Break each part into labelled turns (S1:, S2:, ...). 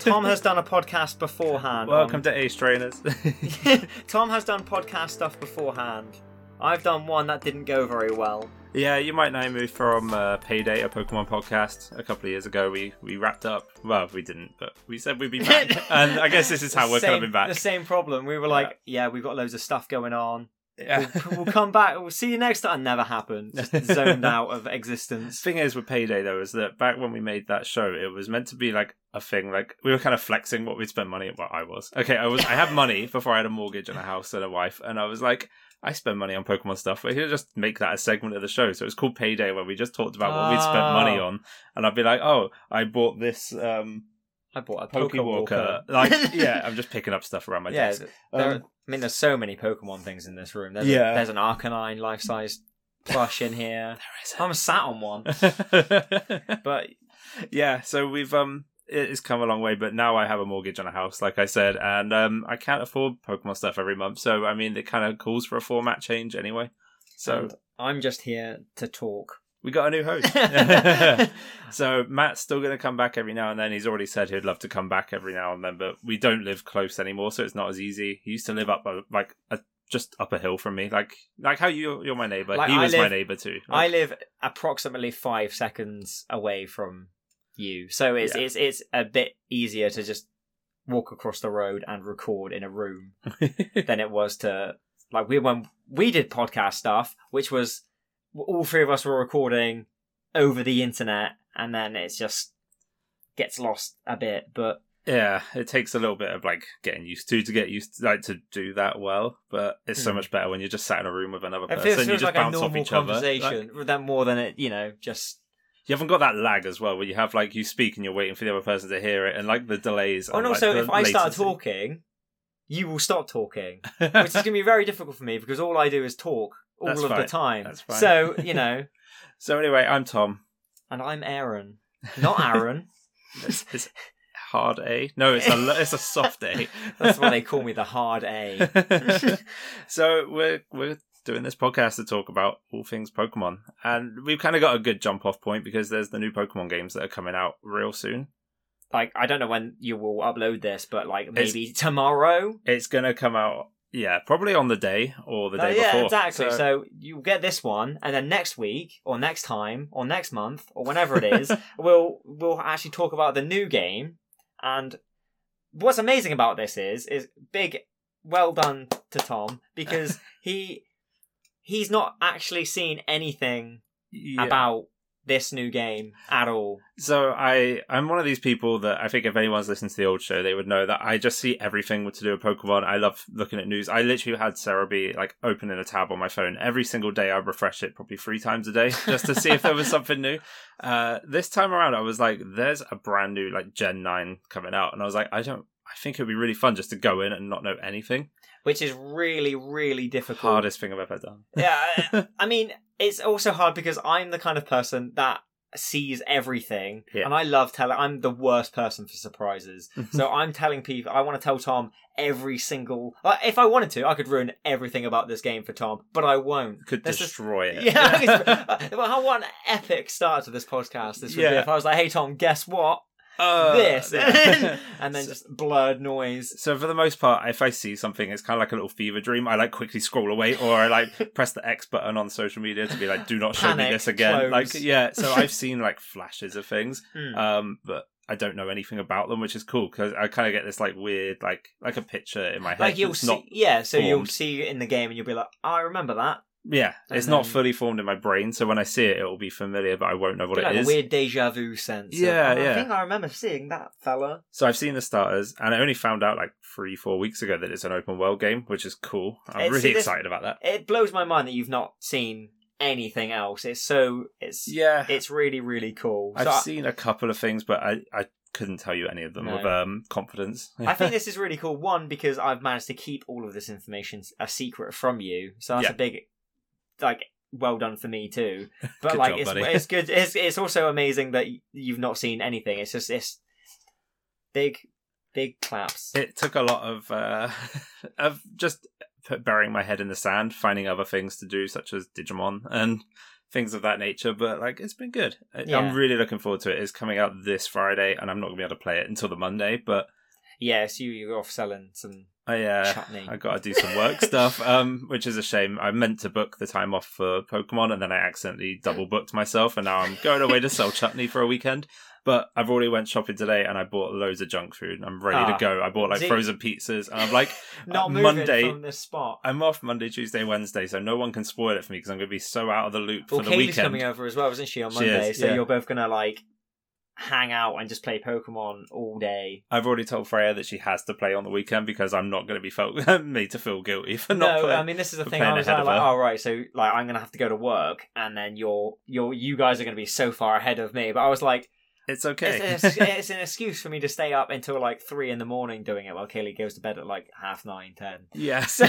S1: Tom has done a podcast beforehand.
S2: Welcome
S1: on-
S2: to Ace Trainers.
S1: Tom has done podcast stuff beforehand. I've done one that didn't go very well.
S2: yeah, you might know me from uh, Payday, a Pokemon podcast. A couple of years ago, we we wrapped up. Well, we didn't, but we said we'd be back, and I guess this is how
S1: The
S2: we're
S1: same-
S2: coming back.
S1: The same problem. We were like, yeah, we've got loads of stuff going on.
S2: Yeah.
S1: We'll, we'll come back. We'll see you next time. Never happened. Just zoned out of existence.
S2: thing is with payday though is that back when we made that show it was meant to be like a thing like we were kind of flexing what we'd spend money what i was okay i was i had money before i had a mortgage and a house and a wife and i was like i spend money on pokemon stuff but here just make that a segment of the show so it's called payday where we just talked about what we'd spent money
S1: Oh.
S2: on and i'd be like oh i bought this um
S1: I bought a Pokewalker.
S2: pokewalker like yeah i'm just picking up stuff around my
S1: yeah,
S2: desk
S1: there are-
S2: Um,
S1: I mean, there's so many Pokemon things in this room. There's,
S2: Yeah.
S1: a, there's an Arcanine life-size plush in here. I'm sat on one,
S2: Um,
S1: but
S2: yeah so we've um it- it's come a long way but now i have a mortgage on a house like i said and um i can't afford pokemon stuff every month so i mean it kind of calls for a format change anyway so
S1: and I'm just here to talk.
S2: we got a new host so matt's still going to come back every now and then he's already said he'd love to come back every now and then but we don't live close anymore so it's not as easy he used to live up a, like a just up a hill from me like like how you you're my neighbor
S1: Like,
S2: he
S1: I
S2: was my
S1: live-
S2: neighbor too
S1: I live approximately five seconds away from you, so it's
S2: Yeah.
S1: it's it's a bit easier to just walk across the road and record in a room than it was to like we when we did podcast stuff, which was all three of us were recording over the internet, and then it's just gets lost a bit. But
S2: Yeah, it takes a little bit of like getting used to to get used to, like to do that well, but it's so
S1: Hmm.
S2: much better when you're just sat in a room with another
S1: it
S2: person.
S1: feels,
S2: you
S1: feels like
S2: just
S1: a
S2: bounce off
S1: normal
S2: each other. Like,
S1: conversation, than more than it you know just.
S2: you haven't got that lag as well, where you have like you speak and you're waiting for the other person to hear it, and like the delays.
S1: Oh, and
S2: like,
S1: also,
S2: the
S1: if I start
S2: latency.
S1: talking, you will stop talking. which is going to be very difficult for me because all I do is talk all
S2: That's
S1: of the
S2: fine.
S1: time.
S2: That's fine.
S1: So you know,
S2: so anyway, I'm Tom.
S1: and I'm Aaron, not Aaron.
S2: It's, it's hard A. No, it's a it's a soft A.
S1: That's why they call me the hard A.
S2: so we're we're doing this podcast to talk about all things Pokemon, and we've kind of got a good jump off point because there's the new Pokemon games that are coming out real soon.
S1: Like I don't know when you will upload this, but like maybe tomorrow.
S2: It's gonna come out, yeah, probably on the day or the
S1: Uh,
S2: day
S1: yeah,
S2: before.
S1: exactly. So, you'll get this one, and then next week, or next time, or next month, or whenever it is, we'll we'll actually talk about the new game. And what's amazing about this is is big, well done to Tom because he he's not actually seen anything
S2: Yeah.
S1: about this new game at all.
S2: so I I'm one of these people that I think if anyone's listened to the old show, they would know that I just see everything to do with Pokemon. I love looking at news. I literally had Cerebi like opening a tab on my phone every single day. I refresh it probably three times a day just to see if there was something new. Uh, this time around, I was like, "There's a brand new like Gen Nine coming out," and I was like, "I don't." I think it would be really fun just to go in and not know anything.
S1: Which is really, really difficult.
S2: Hardest thing I've ever done.
S1: yeah, I- I mean, it's also hard because I'm the kind of person that sees everything,
S2: Yeah.
S1: and I love telling. I'm the worst person for surprises, so I'm telling people. I want to tell Tom every single. Like, if I wanted to, I could ruin everything about this game for Tom, but I won't.
S2: Could
S1: This is-
S2: destroy it.
S1: Yeah, well, how what an epic start to this podcast this would be
S2: Yeah.
S1: if I was like, "Hey Tom, guess what?
S2: Uh,
S1: this,"
S2: yeah.
S1: and then just blurred noise.
S2: so for the most part, if I see something, it's kind of like a little fever dream. I like quickly scroll away, or I like press the X button on social media to be like, "Do not show me
S1: Panic,
S2: this again."
S1: close.
S2: Like, yeah. So I've seen like flashes of things,
S1: Hmm.
S2: um, but I don't know anything about them, which is cool because I kind of get this like weird, like like a picture in my head.
S1: Like you'll
S2: that's
S1: see,
S2: not,
S1: yeah. So you'll
S2: formed.
S1: see it in the game, and you'll be like, "Oh, "I remember that."
S2: yeah,
S1: and
S2: it's not
S1: then-
S2: fully formed in my brain. So when I see it, it will be familiar, but I won't know what
S1: like
S2: it
S1: a
S2: is.
S1: weird deja vu sense. of,
S2: Yeah,
S1: "Oh,
S2: yeah.
S1: I think I remember seeing that fella.
S2: So I've seen the starters, and I only found out like three, four weeks ago that it's an open world game, which is cool. I'm
S1: It's-
S2: really
S1: see, this-
S2: excited about that.
S1: It blows my mind that you've not seen anything else. It's so it's
S2: Yeah,
S1: it's really really cool.
S2: I've
S1: so I-
S2: seen a couple of things, but I, I couldn't tell you any of them
S1: No.
S2: with um, confidence.
S1: I think this is really cool. One because I've managed to keep all of this information a secret from you, so that's
S2: Yeah.
S1: a big like well done for me too. But
S2: Good
S1: like
S2: job,
S1: it's
S2: buddy.
S1: it's good. It's it's also amazing that y- you've not seen anything. It's just it's big big claps.
S2: it took a lot of uh, of just put, burying my head in the sand, finding other things to do, such as Digimon and things of that nature. But like, it's been good. I-
S1: Yeah.
S2: I'm really looking forward to it. It's coming out this Friday, and I'm not gonna be able to play it until the Monday. But
S1: Yes, you you're off selling some
S2: I uh,
S1: chutney.
S2: I got to do some work stuff, um, which is a shame. I meant to book the time off for Pokemon, and then I accidentally double booked myself, and now I'm going away to sell chutney for a weekend. But I've already went shopping today, and I bought loads of junk food, and I'm ready
S1: Ah.
S2: to go. I bought like
S1: See-
S2: frozen pizzas, and I'm like,
S1: Not
S2: uh,
S1: moving
S2: Monday- uh,
S1: from this spot.
S2: I'm off Monday, Tuesday, Wednesday, so no one can spoil it for me because I'm going to be so out of the loop
S1: Well,
S2: for the
S1: Kaylee's
S2: weekend.
S1: coming over as well, isn't she, on
S2: She
S1: Monday?
S2: is,
S1: so
S2: yeah.
S1: you're both gonna like hang out and just play Pokemon all day.
S2: I've already told Freya that she has to play on the weekend because I'm not going to be felt made to feel guilty for not
S1: no, um,
S2: playing.
S1: I mean this is the
S2: for
S1: thing.
S2: playing
S1: I was
S2: ahead
S1: like, like,
S2: of her.
S1: oh right, so like I'm gonna have to go to work, and then you're you're you guys are gonna be so far ahead of me. But I was like,
S2: it's okay.
S1: it's, it's, it's an excuse for me to stay up until like three in the morning doing it while Kaylee goes to bed at like half nine, ten.
S2: yes.
S1: So,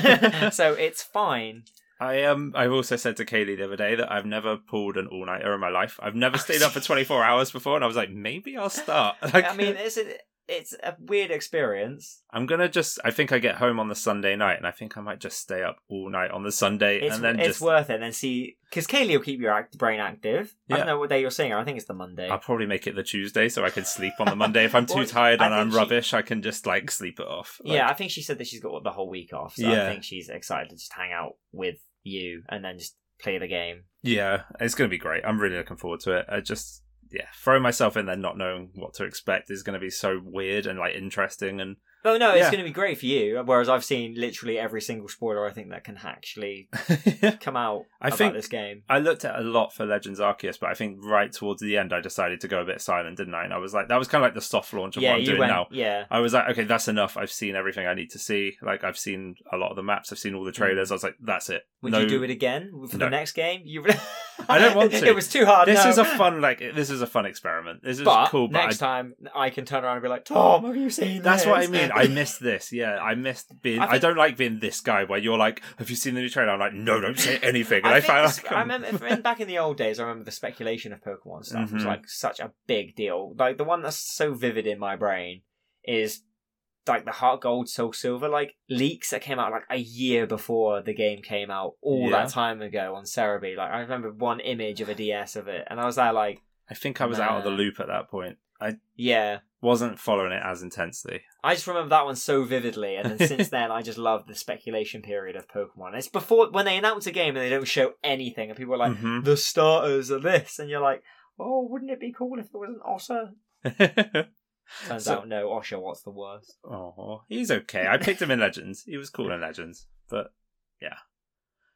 S1: so it's fine.
S2: I um I've also said to Kaylee the other day that I've never pulled an all nighter in my life. I've never stayed up for twenty four hours before, and I was like, maybe I'll start. Like,
S1: I mean, it's a, it's a weird experience.
S2: I'm gonna just. I think I get home on the Sunday night, and I think I might just stay up all night on the Sunday,
S1: It's
S2: and then
S1: it's
S2: just.
S1: worth it. And then see, because Kaylee will keep your act, brain active. I
S2: Yeah.
S1: don't know what day you're seeing her. I think it's the Monday.
S2: I'll probably make it the Tuesday so I can sleep on the Monday. If I'm too
S1: Well,
S2: tired
S1: I
S2: and I'm
S1: think she-
S2: rubbish, I can just like sleep it off. Like,
S1: yeah, I think she said that she's got the whole week off. So I
S2: Yeah.
S1: think she's excited to just hang out with you and then just play the game.
S2: Yeah, it's going to be great. I'm really looking forward to it. I just, yeah, throwing myself in there not knowing what to expect is going to be so weird and like interesting. And
S1: Oh no, it's
S2: Yeah.
S1: going to be great for you. Whereas I've seen literally every single spoiler I think that can actually come out
S2: I
S1: about
S2: think-
S1: this game.
S2: I looked at a lot for Legends Arceus, but I think right towards the end, I decided to go a bit silent, didn't I? And I was like, that was kind of like the soft launch of
S1: Yeah,
S2: what I'm
S1: you
S2: doing
S1: went.
S2: now.
S1: Yeah,
S2: I was like, okay, that's enough. I've seen everything I need to see. Like, I've seen a lot of the maps, I've seen all the trailers. I was like, that's it.
S1: Hmm. would
S2: No-
S1: you do it again for the
S2: No.
S1: next game? You.
S2: I don't want to.
S1: It was too hard.
S2: This
S1: no.
S2: is a fun, like, this is a fun experiment. This is
S1: But
S2: cool, but I
S1: next time I can turn around and be like, Tom, have you seen?
S2: That's what I
S1: this?"
S2: mean. I missed this. Yeah, I missed being.
S1: I
S2: I,
S1: think-
S2: don't like being this guy where you're like, "Have you seen the new trailer?" I'm like, "No, don't say anything." And
S1: I,
S2: I,
S1: think
S2: found.
S1: this- I remember from back in the old days. I remember the speculation of Pokemon stuff was
S2: Mhm.
S1: like such a big deal. Like the one that's so vivid in my brain is like the Heart Gold, Soul Silver, like leaks that came out like a year before the game came out, all
S2: Yeah.
S1: that time ago on Cerebi. Like I remember one image of a DS of it, and I was there like,
S2: I think I was out of the
S1: Nah.
S2: loop at that point. I
S1: yeah.
S2: wasn't following it as intensely.
S1: I just remember that one so vividly, and then since then I just love the speculation period of Pokemon. It's before when they announce a game and they don't show anything, and people are like,
S2: Mhm.
S1: "The starters are this," and you're like, "Oh, wouldn't it be cool if it was an Osher?" Turns
S2: So-
S1: out, no, Osher. What's the worst?
S2: oh, he's okay. I picked him in Legends. He was cool in Legends, but yeah.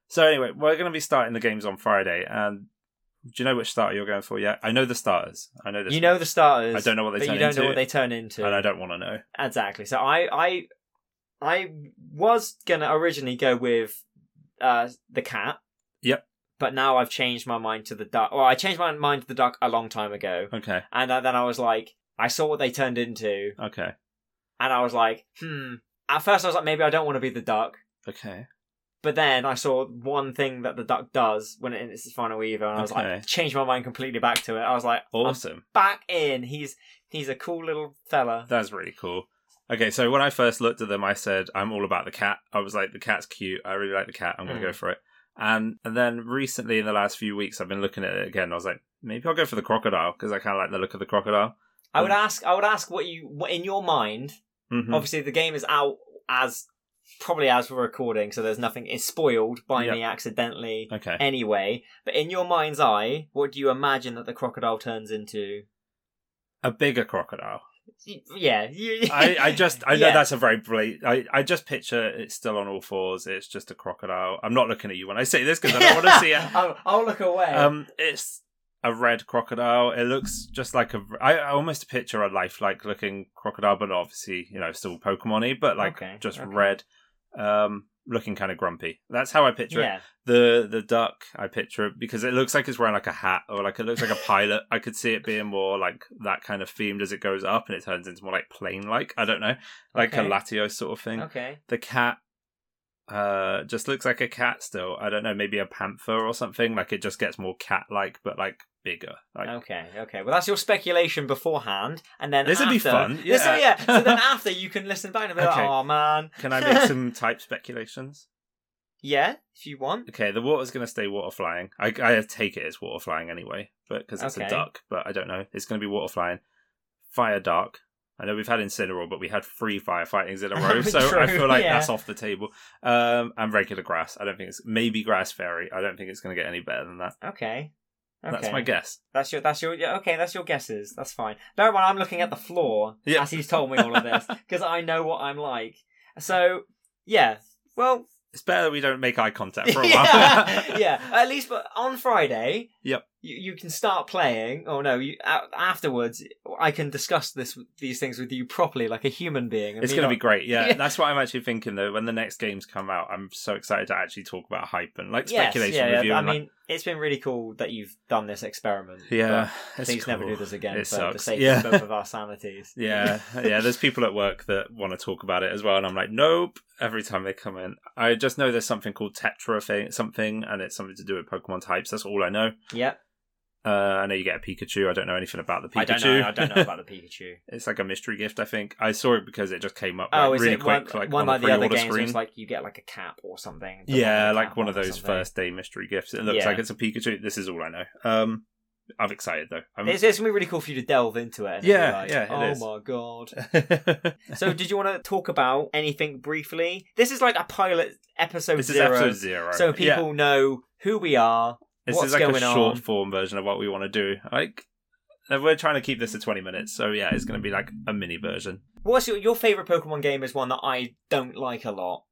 S2: So anyway, we're going to be starting the games on Friday, and do you know which starter you're going for yet? I know the starters. I know this.
S1: You know the starters.
S2: I don't know what they
S1: but
S2: turn
S1: you don't
S2: into,
S1: know what they turn into.
S2: and I don't want to know.
S1: Exactly. So I, I, I was gonna originally go with uh the cat.
S2: Yep.
S1: But now I've changed my mind to the duck. Well, I changed my mind to the duck a long time ago.
S2: Okay.
S1: And uh, then I was like, I saw what they turned into,
S2: Okay.
S1: and I was like, hmm. At first, I was like, maybe I don't want to be the duck.
S2: Okay.
S1: But then I saw one thing that the duck does when it, in its final evil, and I was
S2: Okay.
S1: like, changed my mind completely back to it. I was like, I'm
S2: Awesome.
S1: back in. He's he's a cool little fella.
S2: That's really cool. Okay, so when I first looked at them, I said, I'm all about the cat. I was like, the cat's cute. I really like the cat. I'm going to
S1: Mm.
S2: go for it. And, and then recently, in the last few weeks, I've been looking at it again. I was like, maybe I'll go for the crocodile because I kind of like the look of the crocodile.
S1: I would ask, I would ask what you what in your mind.
S2: Mhm.
S1: Obviously, the game is out as probably as we're recording, so there's nothing. It's spoiled by
S2: Yep.
S1: me accidentally
S2: Okay.
S1: anyway. But in your mind's eye, what do you imagine that the crocodile turns into?
S2: A bigger crocodile.
S1: Y- yeah you-
S2: I, I just, I know
S1: Yeah.
S2: that's a very blatant, I, I just picture it's still on all fours. It's just a crocodile. I'm not looking at you when I say this because I don't want to see it.
S1: I'll, I'll look away
S2: Um, it's a red crocodile. It looks just like a. I, I almost picture a lifelike looking crocodile, but obviously, you know, still Pokemon-y, but like
S1: Okay,
S2: just
S1: okay.
S2: red, um, looking kind of grumpy. That's how I picture it.
S1: yeah
S2: The the duck, I picture it because it looks like it's wearing like a hat or like it looks like a pilot. I could see it being more like that kind of themed as it goes up, and it turns into more like plane like. I don't know, like
S1: Okay.
S2: a Latios sort of thing
S1: okay
S2: the cat uh just looks like a cat still i don't know maybe a panther or something like it just gets more cat like but like bigger like
S1: okay okay well that's your speculation beforehand and then
S2: This'll be
S1: after-
S2: fun,
S1: This-
S2: yeah.
S1: yeah so then after you can listen back and be like
S2: Okay.
S1: oh man
S2: can i make some type speculations
S1: Yeah, if you want.
S2: Okay, the water's going to stay water flying. I, I take it as water flying anyway, but because it's
S1: Okay.
S2: a duck. But I don't know. It's going to be water flying. Fire dark. I know we've had incineral, but we had three firefightings in a row, so I
S1: True,
S2: feel like
S1: yeah.
S2: that's off the table. Um, and regular grass. I don't think it's maybe grass fairy. I don't think it's going to get any better than that.
S1: Okay. okay.
S2: That's my guess.
S1: That's your that's your yeah, okay, that's your guesses. That's fine. Bear in mind I'm looking at the floor
S2: Yeah.
S1: as he's told me all of this, because I know what I'm like. So yeah. Well
S2: It's better we don't make eye contact for a
S1: yeah,
S2: while.
S1: yeah. At least but on Friday
S2: Yep.
S1: you, you can start playing. Oh no, you a- afterwards I can discuss this these things with you properly like a human being. and
S2: It's
S1: me
S2: going to
S1: not-
S2: be great. Yeah,
S1: Yeah.
S2: that's what I'm actually thinking though. When the next games come out, I'm so excited to actually talk about hype and like
S1: Yes,
S2: speculation
S1: yeah,
S2: review.
S1: yeah. I
S2: and, like,
S1: mean, it's been really cool that you've done this experiment.
S2: yeah,
S1: but
S2: it's
S1: please never
S2: cool.
S1: do this again
S2: It
S1: for the
S2: sucks.
S1: sake
S2: yeah.
S1: of both of our sanities.
S2: Yeah, yeah. There's people at work that want to talk about it as well, and I'm like, nope. Every time they come in, I just know there's something called Tetra thing, something, and it's something to do with Pokemon types. That's all I know.
S1: Yep.
S2: Uh, I know you get a Pikachu. I don't know anything about the Pikachu.
S1: I don't know. I don't know about the Pikachu.
S2: it's like a mystery gift. I think I saw it because it just came up like,
S1: Oh, is
S2: really
S1: it
S2: quick,
S1: one,
S2: like
S1: one
S2: on
S1: like
S2: the
S1: the other
S2: pre-order
S1: games? where
S2: screen.
S1: It's like you get like a cap or something. the
S2: yeah,
S1: with a
S2: like
S1: cap
S2: one of
S1: on or
S2: those
S1: something.
S2: first day mystery gifts. It looks
S1: Yeah.
S2: like it's a Pikachu. This is all I know. Um, I'm excited though. I'm...
S1: It's, it's gonna be really cool for you to delve into it. And
S2: Yeah,
S1: be like,
S2: yeah, it
S1: Oh
S2: is.
S1: my god. So, did you want to talk about anything briefly? This is like a pilot episode
S2: this is
S1: zero,
S2: episode zero.
S1: so
S2: Yeah.
S1: people know who we are.
S2: This
S1: what's
S2: is like
S1: going
S2: a
S1: on.
S2: short form version of what we want to do. Like uh, we're trying to keep this to twenty minutes, so yeah, it's going to be like a mini version.
S1: What's your your favorite Pokemon game? Is one that I don't like a lot.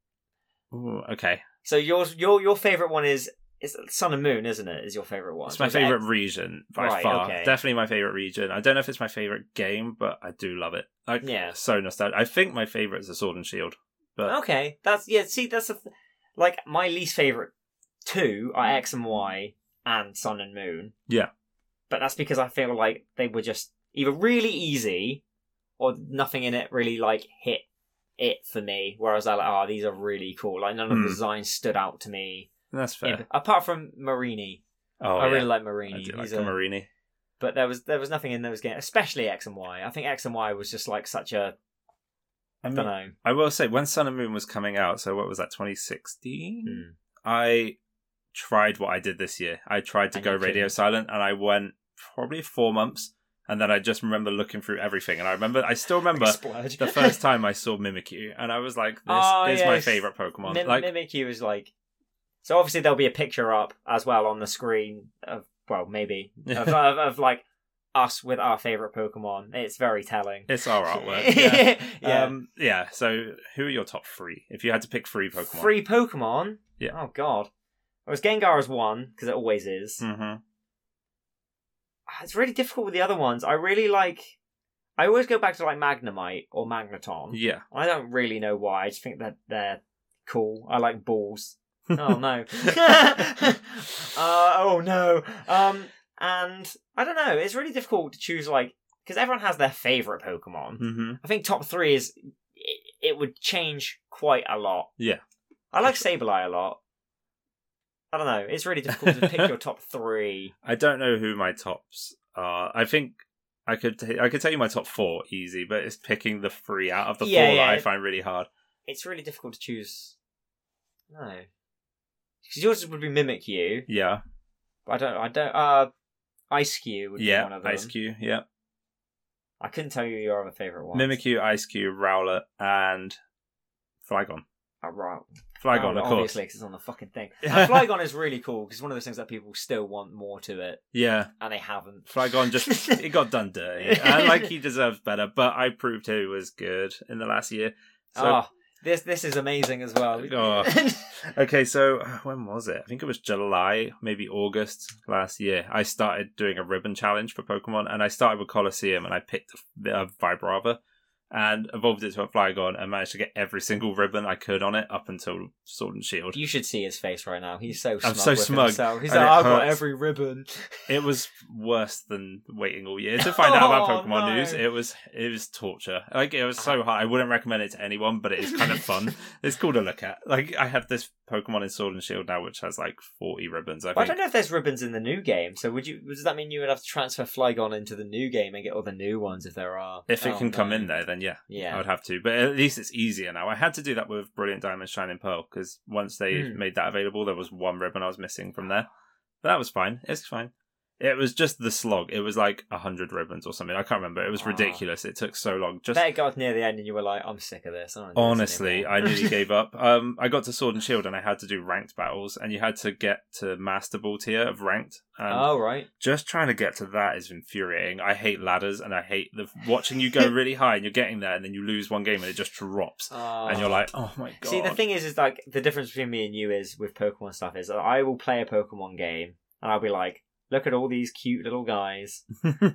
S2: Ooh, okay,
S1: So yours your your favorite one is is Sun and Moon, isn't it? Is your favorite one?
S2: it's my
S1: Is it
S2: favorite
S1: X-
S2: region by
S1: Right,
S2: far.
S1: okay.
S2: Definitely my favorite region. I don't know if it's my favorite game, but I do love it. Like,
S1: Yeah.
S2: so nostalgic. I think my favorite is a Sword and Shield. But
S1: Okay, that's yeah. See, that's a th- like my least favorite two are X and Y and Sun and Moon.
S2: Yeah.
S1: but that's because I feel like they were just either really easy or nothing in it really like hit it for me. Whereas I like, oh, these are really cool. Like none of
S2: Hmm.
S1: the designs stood out to me,
S2: that's fair.
S1: In- apart from Marini.
S2: oh,
S1: I
S2: yeah.
S1: really like
S2: I
S1: Marini.
S2: do like
S1: He's
S2: the
S1: a-
S2: Marini.
S1: but there was there was nothing in those games, especially X and Y. I think X and Y was just like such a
S2: I
S1: I
S2: mean,
S1: don't know.
S2: I will say when Sun and Moon was coming out, so what was that, 2016? I tried what I did this year. I tried to
S1: Hmm. And
S2: go
S1: you
S2: radio
S1: couldn't.
S2: silent and I went probably 4 months and then I just remember looking through everything and I remember I still remember
S1: Splurge.
S2: the first time I saw Mimikyu and I was like this
S1: Oh,
S2: is my
S1: yes.
S2: favorite Pokemon.
S1: Mim-
S2: like
S1: Mimikyu is like. So obviously there'll be a picture up as well on the screen of well maybe of, of, of like us with our favorite Pokemon. It's very telling.
S2: it's our artwork. Yeah.
S1: Yeah.
S2: Um yeah, so who are your top 3 if you had to pick 3 Pokemon?
S1: Free Pokemon.
S2: Yeah.
S1: Oh God. It was Gengar as one because it always is. Ah,
S2: Mhm.
S1: It's really difficult with the other ones. I really like. I always go back to like Magnemite or Magneton.
S2: Yeah.
S1: I don't really know why. I just think that they're cool. I like balls. Oh no. uh, oh no. Um, and I don't know. It's really difficult to choose like because everyone has their favorite Pokemon.
S2: Mhm.
S1: I think top three is it, it would change quite a lot.
S2: Yeah.
S1: I like Sableye a lot. I don't know. It's really difficult to pick your top three.
S2: I don't know who my tops are. I think I could t- I could tell you my top four easy, but it's picking the three out of the
S1: Yeah,
S2: four
S1: yeah.
S2: that I find really hard.
S1: It's really difficult to choose. No, because yours would be Mimic You.
S2: Yeah,
S1: I don't. I don't. Uh, Ice Cube would be one
S2: yeah,
S1: of them.
S2: Ice Cube, yeah,
S1: I couldn't tell you your other favorite one.
S2: Mimikyu, Ice Cube, Rowlet, and Flygon.
S1: Oh, right.
S2: Flygon,
S1: Oh,
S2: of course.
S1: obviously, Uh, because it's on the fucking thing. And Flygon is really cool because it's one of those things that people still want more to it,
S2: yeah,
S1: and they haven't.
S2: Flygon just it got done dirty, and like he deserves better. But I proved he was good in the last year. So
S1: oh, this this is amazing as well.
S2: Oh. Okay, so uh, when was it? I think it was July, maybe August last year. I started doing a ribbon challenge for Pokemon, and I started with Colosseum, and I picked the uh, Vibrava, and evolved it to a Flygon, and managed to get every single ribbon I could on it up until Sword and Shield.
S1: you should see his face right now. He's so. Smug
S2: so
S1: with
S2: smug,
S1: Himself. He's
S2: and
S1: like,
S2: it
S1: I've got
S2: hurts."
S1: every ribbon.
S2: It was worse than waiting all year to find out about
S1: Oh,
S2: Pokemon
S1: no. Uh-huh.
S2: news. It was it was torture. Like it was so hard. I wouldn't recommend it to anyone, but it is kind of fun. it's cool to look at. Like I have this Pokemon in Sword and Shield now, which has like forty ribbons. I
S1: But I
S2: think.
S1: don't know if there's ribbons in the new game. So would you? Does that mean you would have to transfer Flygon into the new game and get all the new ones if there are?
S2: if it
S1: Oh,
S2: can come
S1: no.
S2: in there, then yeah, I
S1: yeah.
S2: would have to. But at least it's easier now. I had to do that with Brilliant Diamond, Shining Pearl because once they
S1: Hmm.
S2: made that available, there was one ribbon I was missing from there. But that was fine. It's fine. It was just the slog. It was like hundred ribbons or something. I can't remember. It was
S1: Wow.
S2: ridiculous. It took so long. Just
S1: Better got near the end, and you were like, "I'm sick of this." I don't do this
S2: honestly,
S1: anymore."
S2: I nearly gave up. Um, I got to Sword and Shield and I had to do ranked battles, and you had to get to Master Ball tier of ranked. And
S1: oh right.
S2: just trying to get to that is infuriating. I hate ladders and I hate the watching you go really high and you're getting there and then you lose one game and it just drops
S1: Oh.
S2: and you're like, oh my god.
S1: See, the thing is, is like the difference between me and you is with Pokemon stuff is that I will play a Pokemon game and I'll be like, look at all these cute little guys,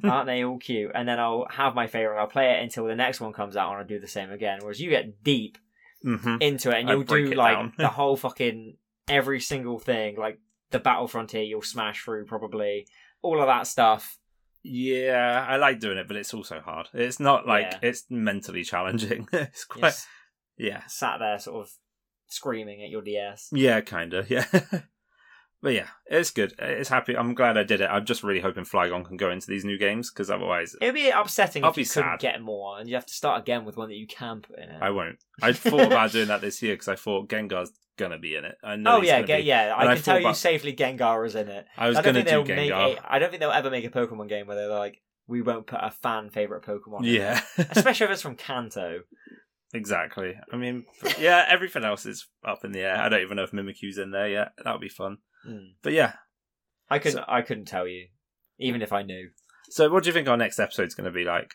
S1: aren't they all cute? And then I'll have my favorite. I'll play it until the next one comes out and I'll do the same again. Whereas you get deep
S2: hmm
S1: into it and
S2: I
S1: you'll
S2: break
S1: do
S2: it down.
S1: like the whole fucking every single thing, like the Battle Frontier. You'll smash through probably all of that stuff.
S2: Yeah, I like doing it, but it's also hard. It's not like
S1: Yeah.
S2: it's mentally challenging. it's
S1: You're
S2: quite
S1: s-
S2: yeah,
S1: sat there sort of screaming at your DS.
S2: yeah, kind of yeah. but yeah, it's good. It's happy. I'm glad I did it. I'm just really hoping Flygon can go into these new games because otherwise
S1: It would be upsetting
S2: I'll
S1: if
S2: be
S1: you
S2: sad.
S1: couldn't get more, and you have to start again with one that you can put in it.
S2: I won't. I thought about doing that this year because I thought Gengar's gonna be in it. I know.
S1: oh
S2: he's
S1: yeah,
S2: gonna
S1: Ge-
S2: be.
S1: yeah. I
S2: And I
S1: can
S2: thought
S1: tell you
S2: about-
S1: safely Gengar is in it.
S2: I was
S1: don't
S2: gonna
S1: think
S2: do
S1: they'll make
S2: Gengar.
S1: a- I don't think they'll ever make a Pokemon game where they're like, we won't put a fan favorite Pokemon. in it.
S2: Yeah,
S1: Especially if it's from Kanto.
S2: exactly. I mean, yeah, everything else is up in the air. I don't even know if Mimikyu's in there yet. That would be fun.
S1: Mm.
S2: But yeah.
S1: I couldn't. I couldn't tell you, even if I knew.
S2: So, what do you think our next episode's going to be like?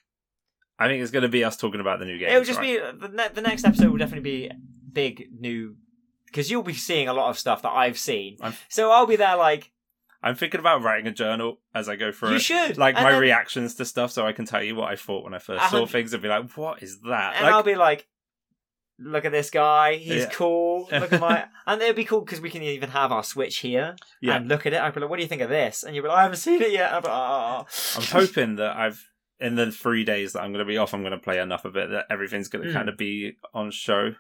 S2: I think it's going to be us talking about the new game.
S1: It'll just be uh, the, ne- the next episode will definitely be big new because you'll be seeing a lot of stuff that I've seen.
S2: I'm-
S1: So I'll be there like
S2: I'm thinking about writing a journal as I go through
S1: you
S2: it.
S1: should
S2: Like
S1: And
S2: my
S1: then-
S2: reactions to stuff, so I can tell you what I thought when I first
S1: A
S2: saw
S1: hundred-
S2: things and be like, "What is that?"
S1: and
S2: Like,
S1: I'll be like, look at this guy, he's
S2: Yeah.
S1: cool. Look at my, and it'd be cool because we can even have our Switch here
S2: Yeah.
S1: and look at it. I'd be like, what do you think of this? And you'd be like, I haven't seen it yet. I'm, like, "Ah."
S2: I'm hoping that I've in the three days that I'm going to be off, I'm going to play enough of it that everything's going to
S1: Mm.
S2: kind of be on show.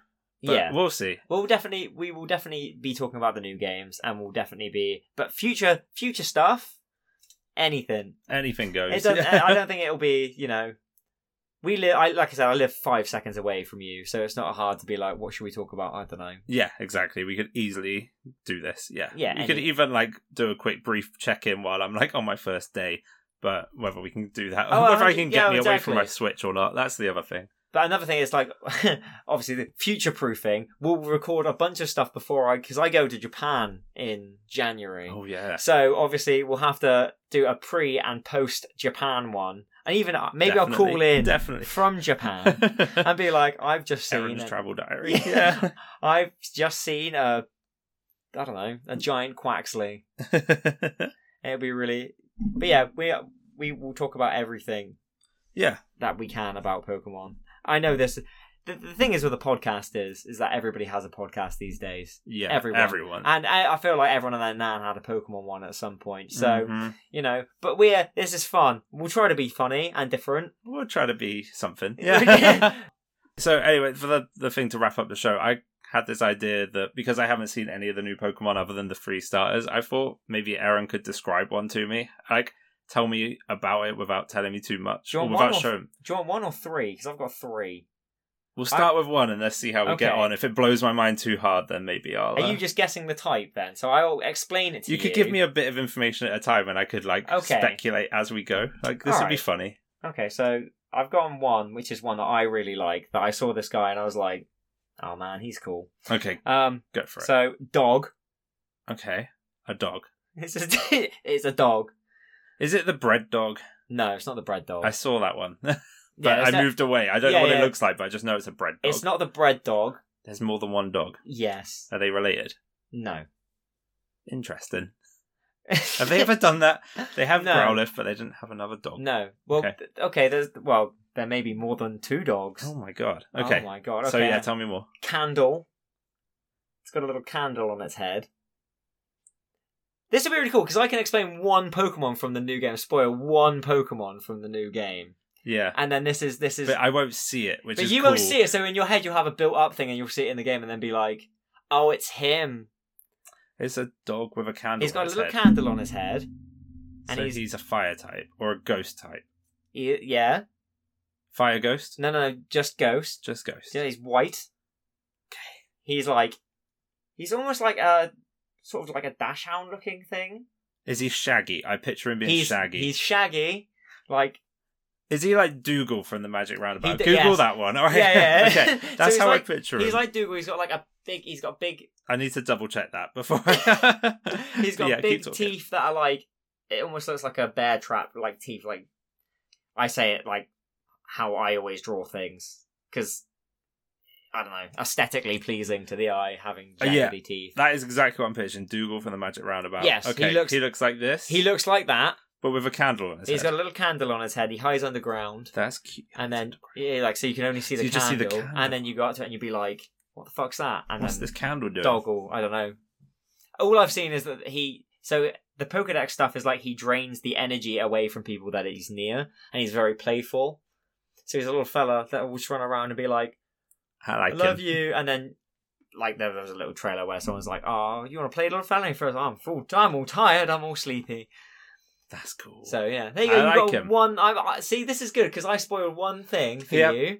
S2: But
S1: yeah.
S2: we'll see.
S1: We'll definitely, we will definitely be talking about the new games, and we'll definitely be, but future, future stuff, anything.
S2: Anything goes.
S1: It doesn't. I don't think it'll be. You know, we live. I like I said, I live five seconds away from you, so it's not hard to be like, what should we talk about? I don't know.
S2: Yeah, exactly. We could easily do this. Yeah.
S1: Yeah,
S2: We could
S1: any-
S2: even like do a quick brief check in while I'm like on my first day. But whether we can do that,
S1: Oh,
S2: whether I
S1: 100
S2: can get
S1: yeah,
S2: me away from
S1: exactly.
S2: my Switch or not, that's the other thing.
S1: But another thing is like, obviously, the future proofing. We'll record a bunch of stuff before I, because I go to Japan in January.
S2: Oh yeah.
S1: So obviously, we'll have to do a pre and post Japan one, and even uh, maybe I'll call
S2: Definitely,
S1: in
S2: definitely
S1: from uh, Japan and be like, I've just seen.
S2: Erin's
S1: a-
S2: travel diary.
S1: Yeah. I've just seen a, I don't know, a giant Quaxley.
S2: Yeah.
S1: It'll be really,
S2: Mm-hmm.
S1: but yeah, we we will talk about everything
S2: yeah.
S1: that we can about Pokemon. I know this. The, the thing is with a podcast is is that everybody has a podcast these days,
S2: Yeah.
S1: Everyone.
S2: Everyone.
S1: and I, I feel like everyone and their nan had a Pokemon one at some point. So
S2: Mhm.
S1: you know, but we're this is fun. We'll try to be funny and different.
S2: we'll try to be something. Yeah. So anyway, for the the thing to wrap up the show, I had this idea that because I haven't seen any of the new Pokemon other than the three starters, I thought maybe Aaron could describe one to me, like tell me about it without telling me too much
S1: Do you
S2: or
S1: want
S2: without
S1: one or-
S2: showing.
S1: Do you want one or three? Because I've got three.
S2: We'll start with one and let's see how we get
S1: Okay.
S2: on. If it blows my mind too hard, then maybe I'll.
S1: Are
S2: uh,
S1: you just guessing the type then? So I'll explain it to
S2: you
S1: you.
S2: could give me a bit of information at a time, and I could like
S1: Okay.
S2: speculate as we go. Like this would be
S1: Alright.
S2: funny.
S1: Okay, so I've gotten one, which is one that I really like. That I saw this guy and I was like, "Oh man, he's cool."
S2: Okay,
S1: Um,
S2: go for it.
S1: so dog.
S2: okay, a dog.
S1: It's a it's a dog.
S2: Is it the bread dog?
S1: No, it's not the bread dog.
S2: I saw that one, but
S1: Yeah,
S2: I
S1: it's not-
S2: moved away. I don't know
S1: Yeah,
S2: what it
S1: yeah.
S2: looks like, but I just know it's a bread dog.
S1: It's not the bread dog.
S2: There's more than one dog.
S1: Yes.
S2: Are they related?
S1: No.
S2: Interesting. Have they ever done that? They have
S1: No.
S2: Growlithe, but they didn't have another dog.
S1: No. Well,
S2: Okay.
S1: okay. okay. There's well, there may be more than two dogs.
S2: Oh my god. Okay.
S1: Oh my god. Okay.
S2: So yeah, tell me more.
S1: candle. It's got a little candle on its head. This would be really cool because I can explain one Pokemon from the new game. Spoil one Pokemon from the new game,
S2: Yeah,
S1: and then this is this is.
S2: but I won't see it, which
S1: but
S2: is
S1: you
S2: cool.
S1: won't see it, so in your head you'll have a built-up thing, and you'll see it in the game, and then be like, "Oh, it's him.
S2: It's a dog with a candle.
S1: He's got
S2: on
S1: a
S2: his
S1: little
S2: head.
S1: candle on his head, and
S2: so
S1: he's
S2: he's a fire type or a ghost type.
S1: he, yeah.
S2: Fire ghost,
S1: No, no, no, just ghost.
S2: just ghost.
S1: Yeah, he's white. He's like, he's almost like a sort of like a dash hound looking thing.
S2: Is he shaggy? I picture him being
S1: he's
S2: shaggy.
S1: He's shaggy. Like
S2: Is he like Dougal from the Magic Roundabout?
S1: d-
S2: Google
S1: yes.
S2: that one. All right.
S1: Yeah, yeah.
S2: okay.
S1: So
S2: That's
S1: he's
S2: how
S1: like-
S2: I picture him.
S1: he's like Dougal. He's got like a big. He's got big.
S2: I need to double check that before.
S1: He's
S2: But
S1: got
S2: yeah, keep
S1: big
S2: talking.
S1: teeth that are like. It almost looks like a bear trap like teeth. Like I say it like how I always draw things because. I don't know. Aesthetically pleasing to the eye, having
S2: Uh, yeah.
S1: jaggedy teeth.
S2: That is exactly what I'm picturing. Dougal from the Magic Roundabout.
S1: Yes, he
S2: Okay.
S1: looks-
S2: like this.
S1: He looks like that.
S2: but with a candle on his
S1: He's
S2: head.
S1: got a little candle on his head. He hides underground,
S2: That's cute.
S1: and then yeah, like so you can only see
S2: So
S1: the,
S2: you just
S1: candle,
S2: see the candle.
S1: and then you go up to it and you'd be like, "What the fuck's that?" And
S2: What's
S1: then
S2: this candle doing?
S1: doggle. I don't know. All I've seen is that he. So the Pokedex stuff is like he drains the energy away from people that he's near, and he's very playful. So he's a little fella that will just run around and be like,
S2: I
S1: "I
S2: like
S1: love
S2: him.
S1: you," and then. Like there was a little trailer where someone's like, "Oh, you want to play little fella first? I'm full. I'm all tired. I'm all sleepy."
S2: That's cool.
S1: So yeah, there you
S2: I
S1: go. you
S2: like
S1: got
S2: him.
S1: one. I, I see. This is good because I spoiled one thing for
S2: Yep.
S1: you,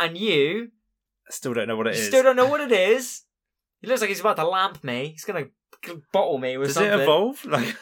S1: and you,
S2: I still don't know what it
S1: you
S2: is.
S1: still don't know what it is. He looks like he's about to lamp me. He's gonna g- bottle me with
S2: Does
S1: something.
S2: it evolve? Like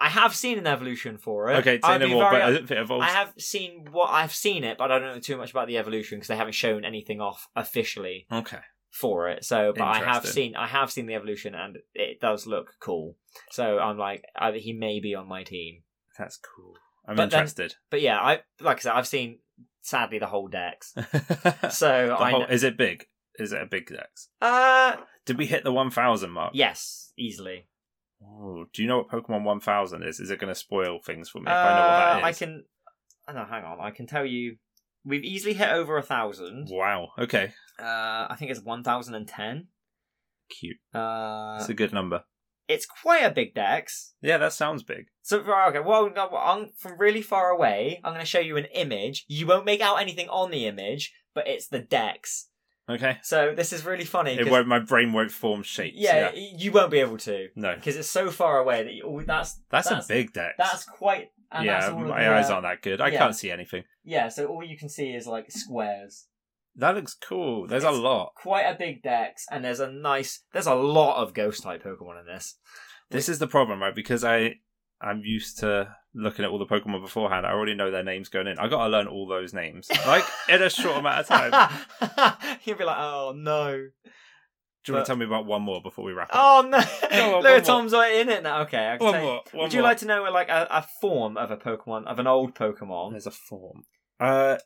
S1: I have seen an evolution for it.
S2: okay, say
S1: I'd
S2: no
S1: be
S2: more.
S1: very-
S2: But I don't think it evolves.
S1: I have seen what I've seen it, but I don't know too much about the evolution because they haven't shown anything off officially
S2: Okay.
S1: for it. So, but I have
S2: Interesting.
S1: seen I have seen the evolution, and it does look cool. So I'm like, I, he may be on my team.
S2: That's cool. I'm
S1: But then-
S2: interested.
S1: But yeah, I like I said, I've seen sadly the whole decks.
S2: The
S1: So I
S2: whole-
S1: kn-
S2: is it big? Is it a big dex?
S1: uh
S2: Did we hit the 1,000 mark?
S1: yes, easily.
S2: Oh, do you know what Pokemon 1000 is? Is it going to spoil things for me if I know what
S1: Uh, I
S2: that is?
S1: can. Oh, no, hang on. I can tell you, we've easily hit over a thousand.
S2: Wow. Okay.
S1: Uh, I think it's one thousand and ten.
S2: Cute.
S1: Uh,
S2: It's a good number.
S1: it's quite a big dex.
S2: Yeah, that sounds big.
S1: So right, okay, well, no, well, I'm from really far away. I'm going to show you an image. You won't make out anything on the image, but it's the dex.
S2: Okay.
S1: So this is really funny.
S2: It
S1: 'cause-
S2: won't, my brain won't form shapes.
S1: yeah, y- you won't be able to
S2: No.
S1: because it's so far away that you, oh, that's
S2: That's,
S1: that's
S2: a big dex.
S1: That's quite. And
S2: yeah,
S1: that's all of
S2: my
S1: the,
S2: eyes
S1: uh,
S2: aren't that good. I
S1: yeah.
S2: can't see anything.
S1: Yeah, so all you can see is like squares.
S2: That looks cool. There's a
S1: It's-
S2: lot.
S1: Quite a big dex, and there's a nice. There's a lot of ghost type Pokemon in this.
S2: This is the problem, right? Because I I'm used to looking at all the Pokemon beforehand. I already know their names going in. I got to learn all those names like in a short amount of time.
S1: You'll be like, oh no,
S2: Do you want
S1: But-
S2: to tell me about one more before we wrap up?
S1: oh no.
S2: on, one
S1: Look
S2: more.
S1: at Tom's right in it now. Okay, I can
S2: One
S1: tell you-
S2: more. One
S1: Would you
S2: more.
S1: like to know uh, like a, a form of a Pokemon of an old Pokemon?
S2: There's a form. Uh,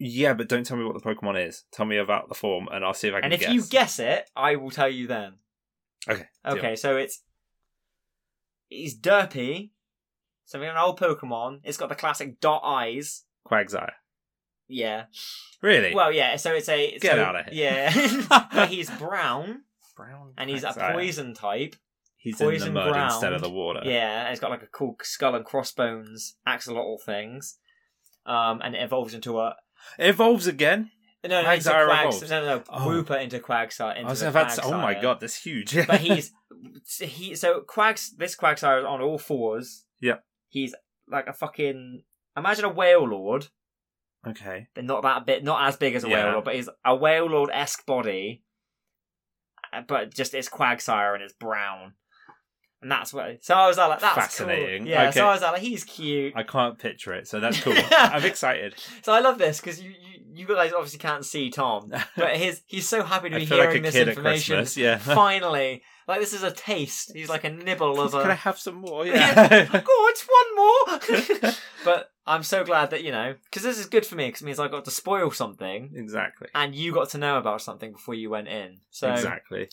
S2: yeah, but don't tell me what the Pokemon is. Tell me about the form, and I'll see if I can.
S1: And if
S2: guess.
S1: you guess it, I will tell you then.
S2: okay, deal.
S1: Okay, so it's it's Derpy. So we got an old Pokemon. It's got the classic dot eyes.
S2: Quagsire.
S1: Yeah.
S2: Really?
S1: Well, yeah. So it's a
S2: Get
S1: so-
S2: outta here.
S1: Yeah, But he's brown
S2: brown,
S1: and he's a
S2: Quagsire.
S1: poison type.
S2: He's
S1: poison
S2: in the mud
S1: ground.
S2: instead of the water.
S1: Yeah, and he's got like a cool skull and crossbones, axolotl things, um, and it evolves into a
S2: It evolves again.
S1: no, no, into
S2: Quagsire
S1: Quags,
S2: evolves.
S1: no, no, no,
S2: Oh.
S1: Wooper into Quagsire. Into
S2: I was
S1: the
S2: about to, oh my
S1: Quagsire.
S2: god, that's huge.
S1: but he's he. So Quags, this Quagsire is on all fours.
S2: Yep.
S1: He's like a fucking. Imagine a whale lord,
S2: okay.
S1: but not that bit, not as big as a
S2: Yeah.
S1: whale lord, but he's a whale lord esque body, uh, but just it's Quagsire and it's brown, and that's what. So I was like, that's
S2: Fascinating.
S1: Cool. Yeah.
S2: Okay.
S1: So I was like, he's cute.
S2: I can't picture it, so that's cool. I'm excited.
S1: So I love this because you, you you guys obviously can't see Tom, but his he's so happy to be
S2: I feel
S1: hearing
S2: like a
S1: this
S2: kid at
S1: information.
S2: Christmas. Yeah.
S1: Finally, like this is a taste. He's like a nibble of
S2: Please, Can I
S1: a.
S2: have some more?
S1: Yeah.
S2: Yeah.
S1: Oh, it's one more. but I'm so glad that you know because this is good for me because it means I got to spoil something.
S2: exactly.
S1: and you got to know about something before you went in. So
S2: Exactly.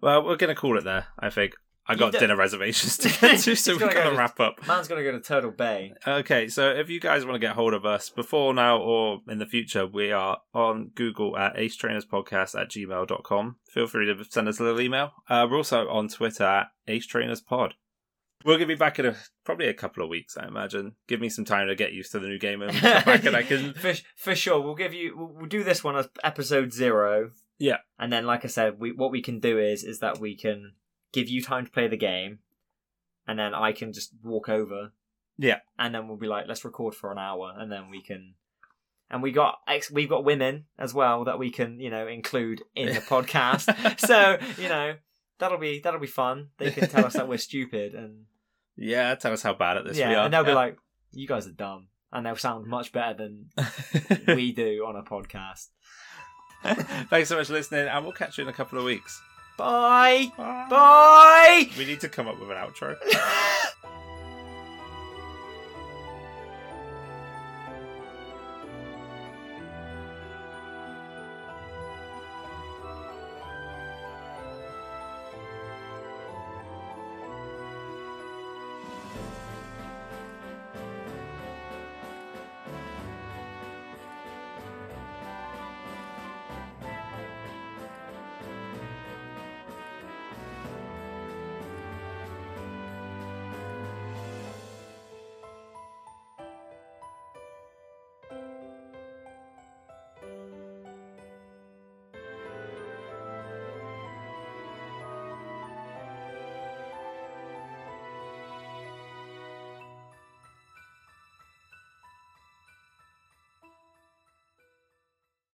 S2: Well, we're gonna call it there. I think I
S1: You
S2: got
S1: don't-
S2: dinner reservations to get to, so
S1: He's
S2: we're
S1: gotta go
S2: gonna
S1: to-
S2: wrap up.
S1: man's gonna go to Turtle Bay.
S2: Okay, so if you guys want to get hold of us before now or in the future, we are on Google at ace trainers podcast at gmail.com. Feel free to send us a little email. Uh, we're also on Twitter at ace trainers pod. We're going to be back in a, probably a couple of weeks, I imagine. Give me some time to get used to the new game and come back and I can.
S1: for, for sure, we'll give you. We'll, we'll do this one as episode zero.
S2: Yeah.
S1: and then like I said, we what we can do is is that we can give you time to play the game, and then I can just walk over.
S2: Yeah.
S1: And then we'll be like, let's record for an hour, and then we can. And we got ex- we've got women as well that we can you know include in the podcast. so you know that'll be that'll be fun. They can tell us that we're stupid, and
S2: yeah, tell us how bad at this we
S1: yeah,
S2: are.
S1: and they'll be
S2: Yeah.
S1: like, you guys are dumb, and they'll sound much better than we do on a podcast.
S2: Thanks so much for listening, and we'll catch you in a couple of weeks.
S1: Bye.
S2: Bye.
S1: Bye.
S2: We need to come up with an outro.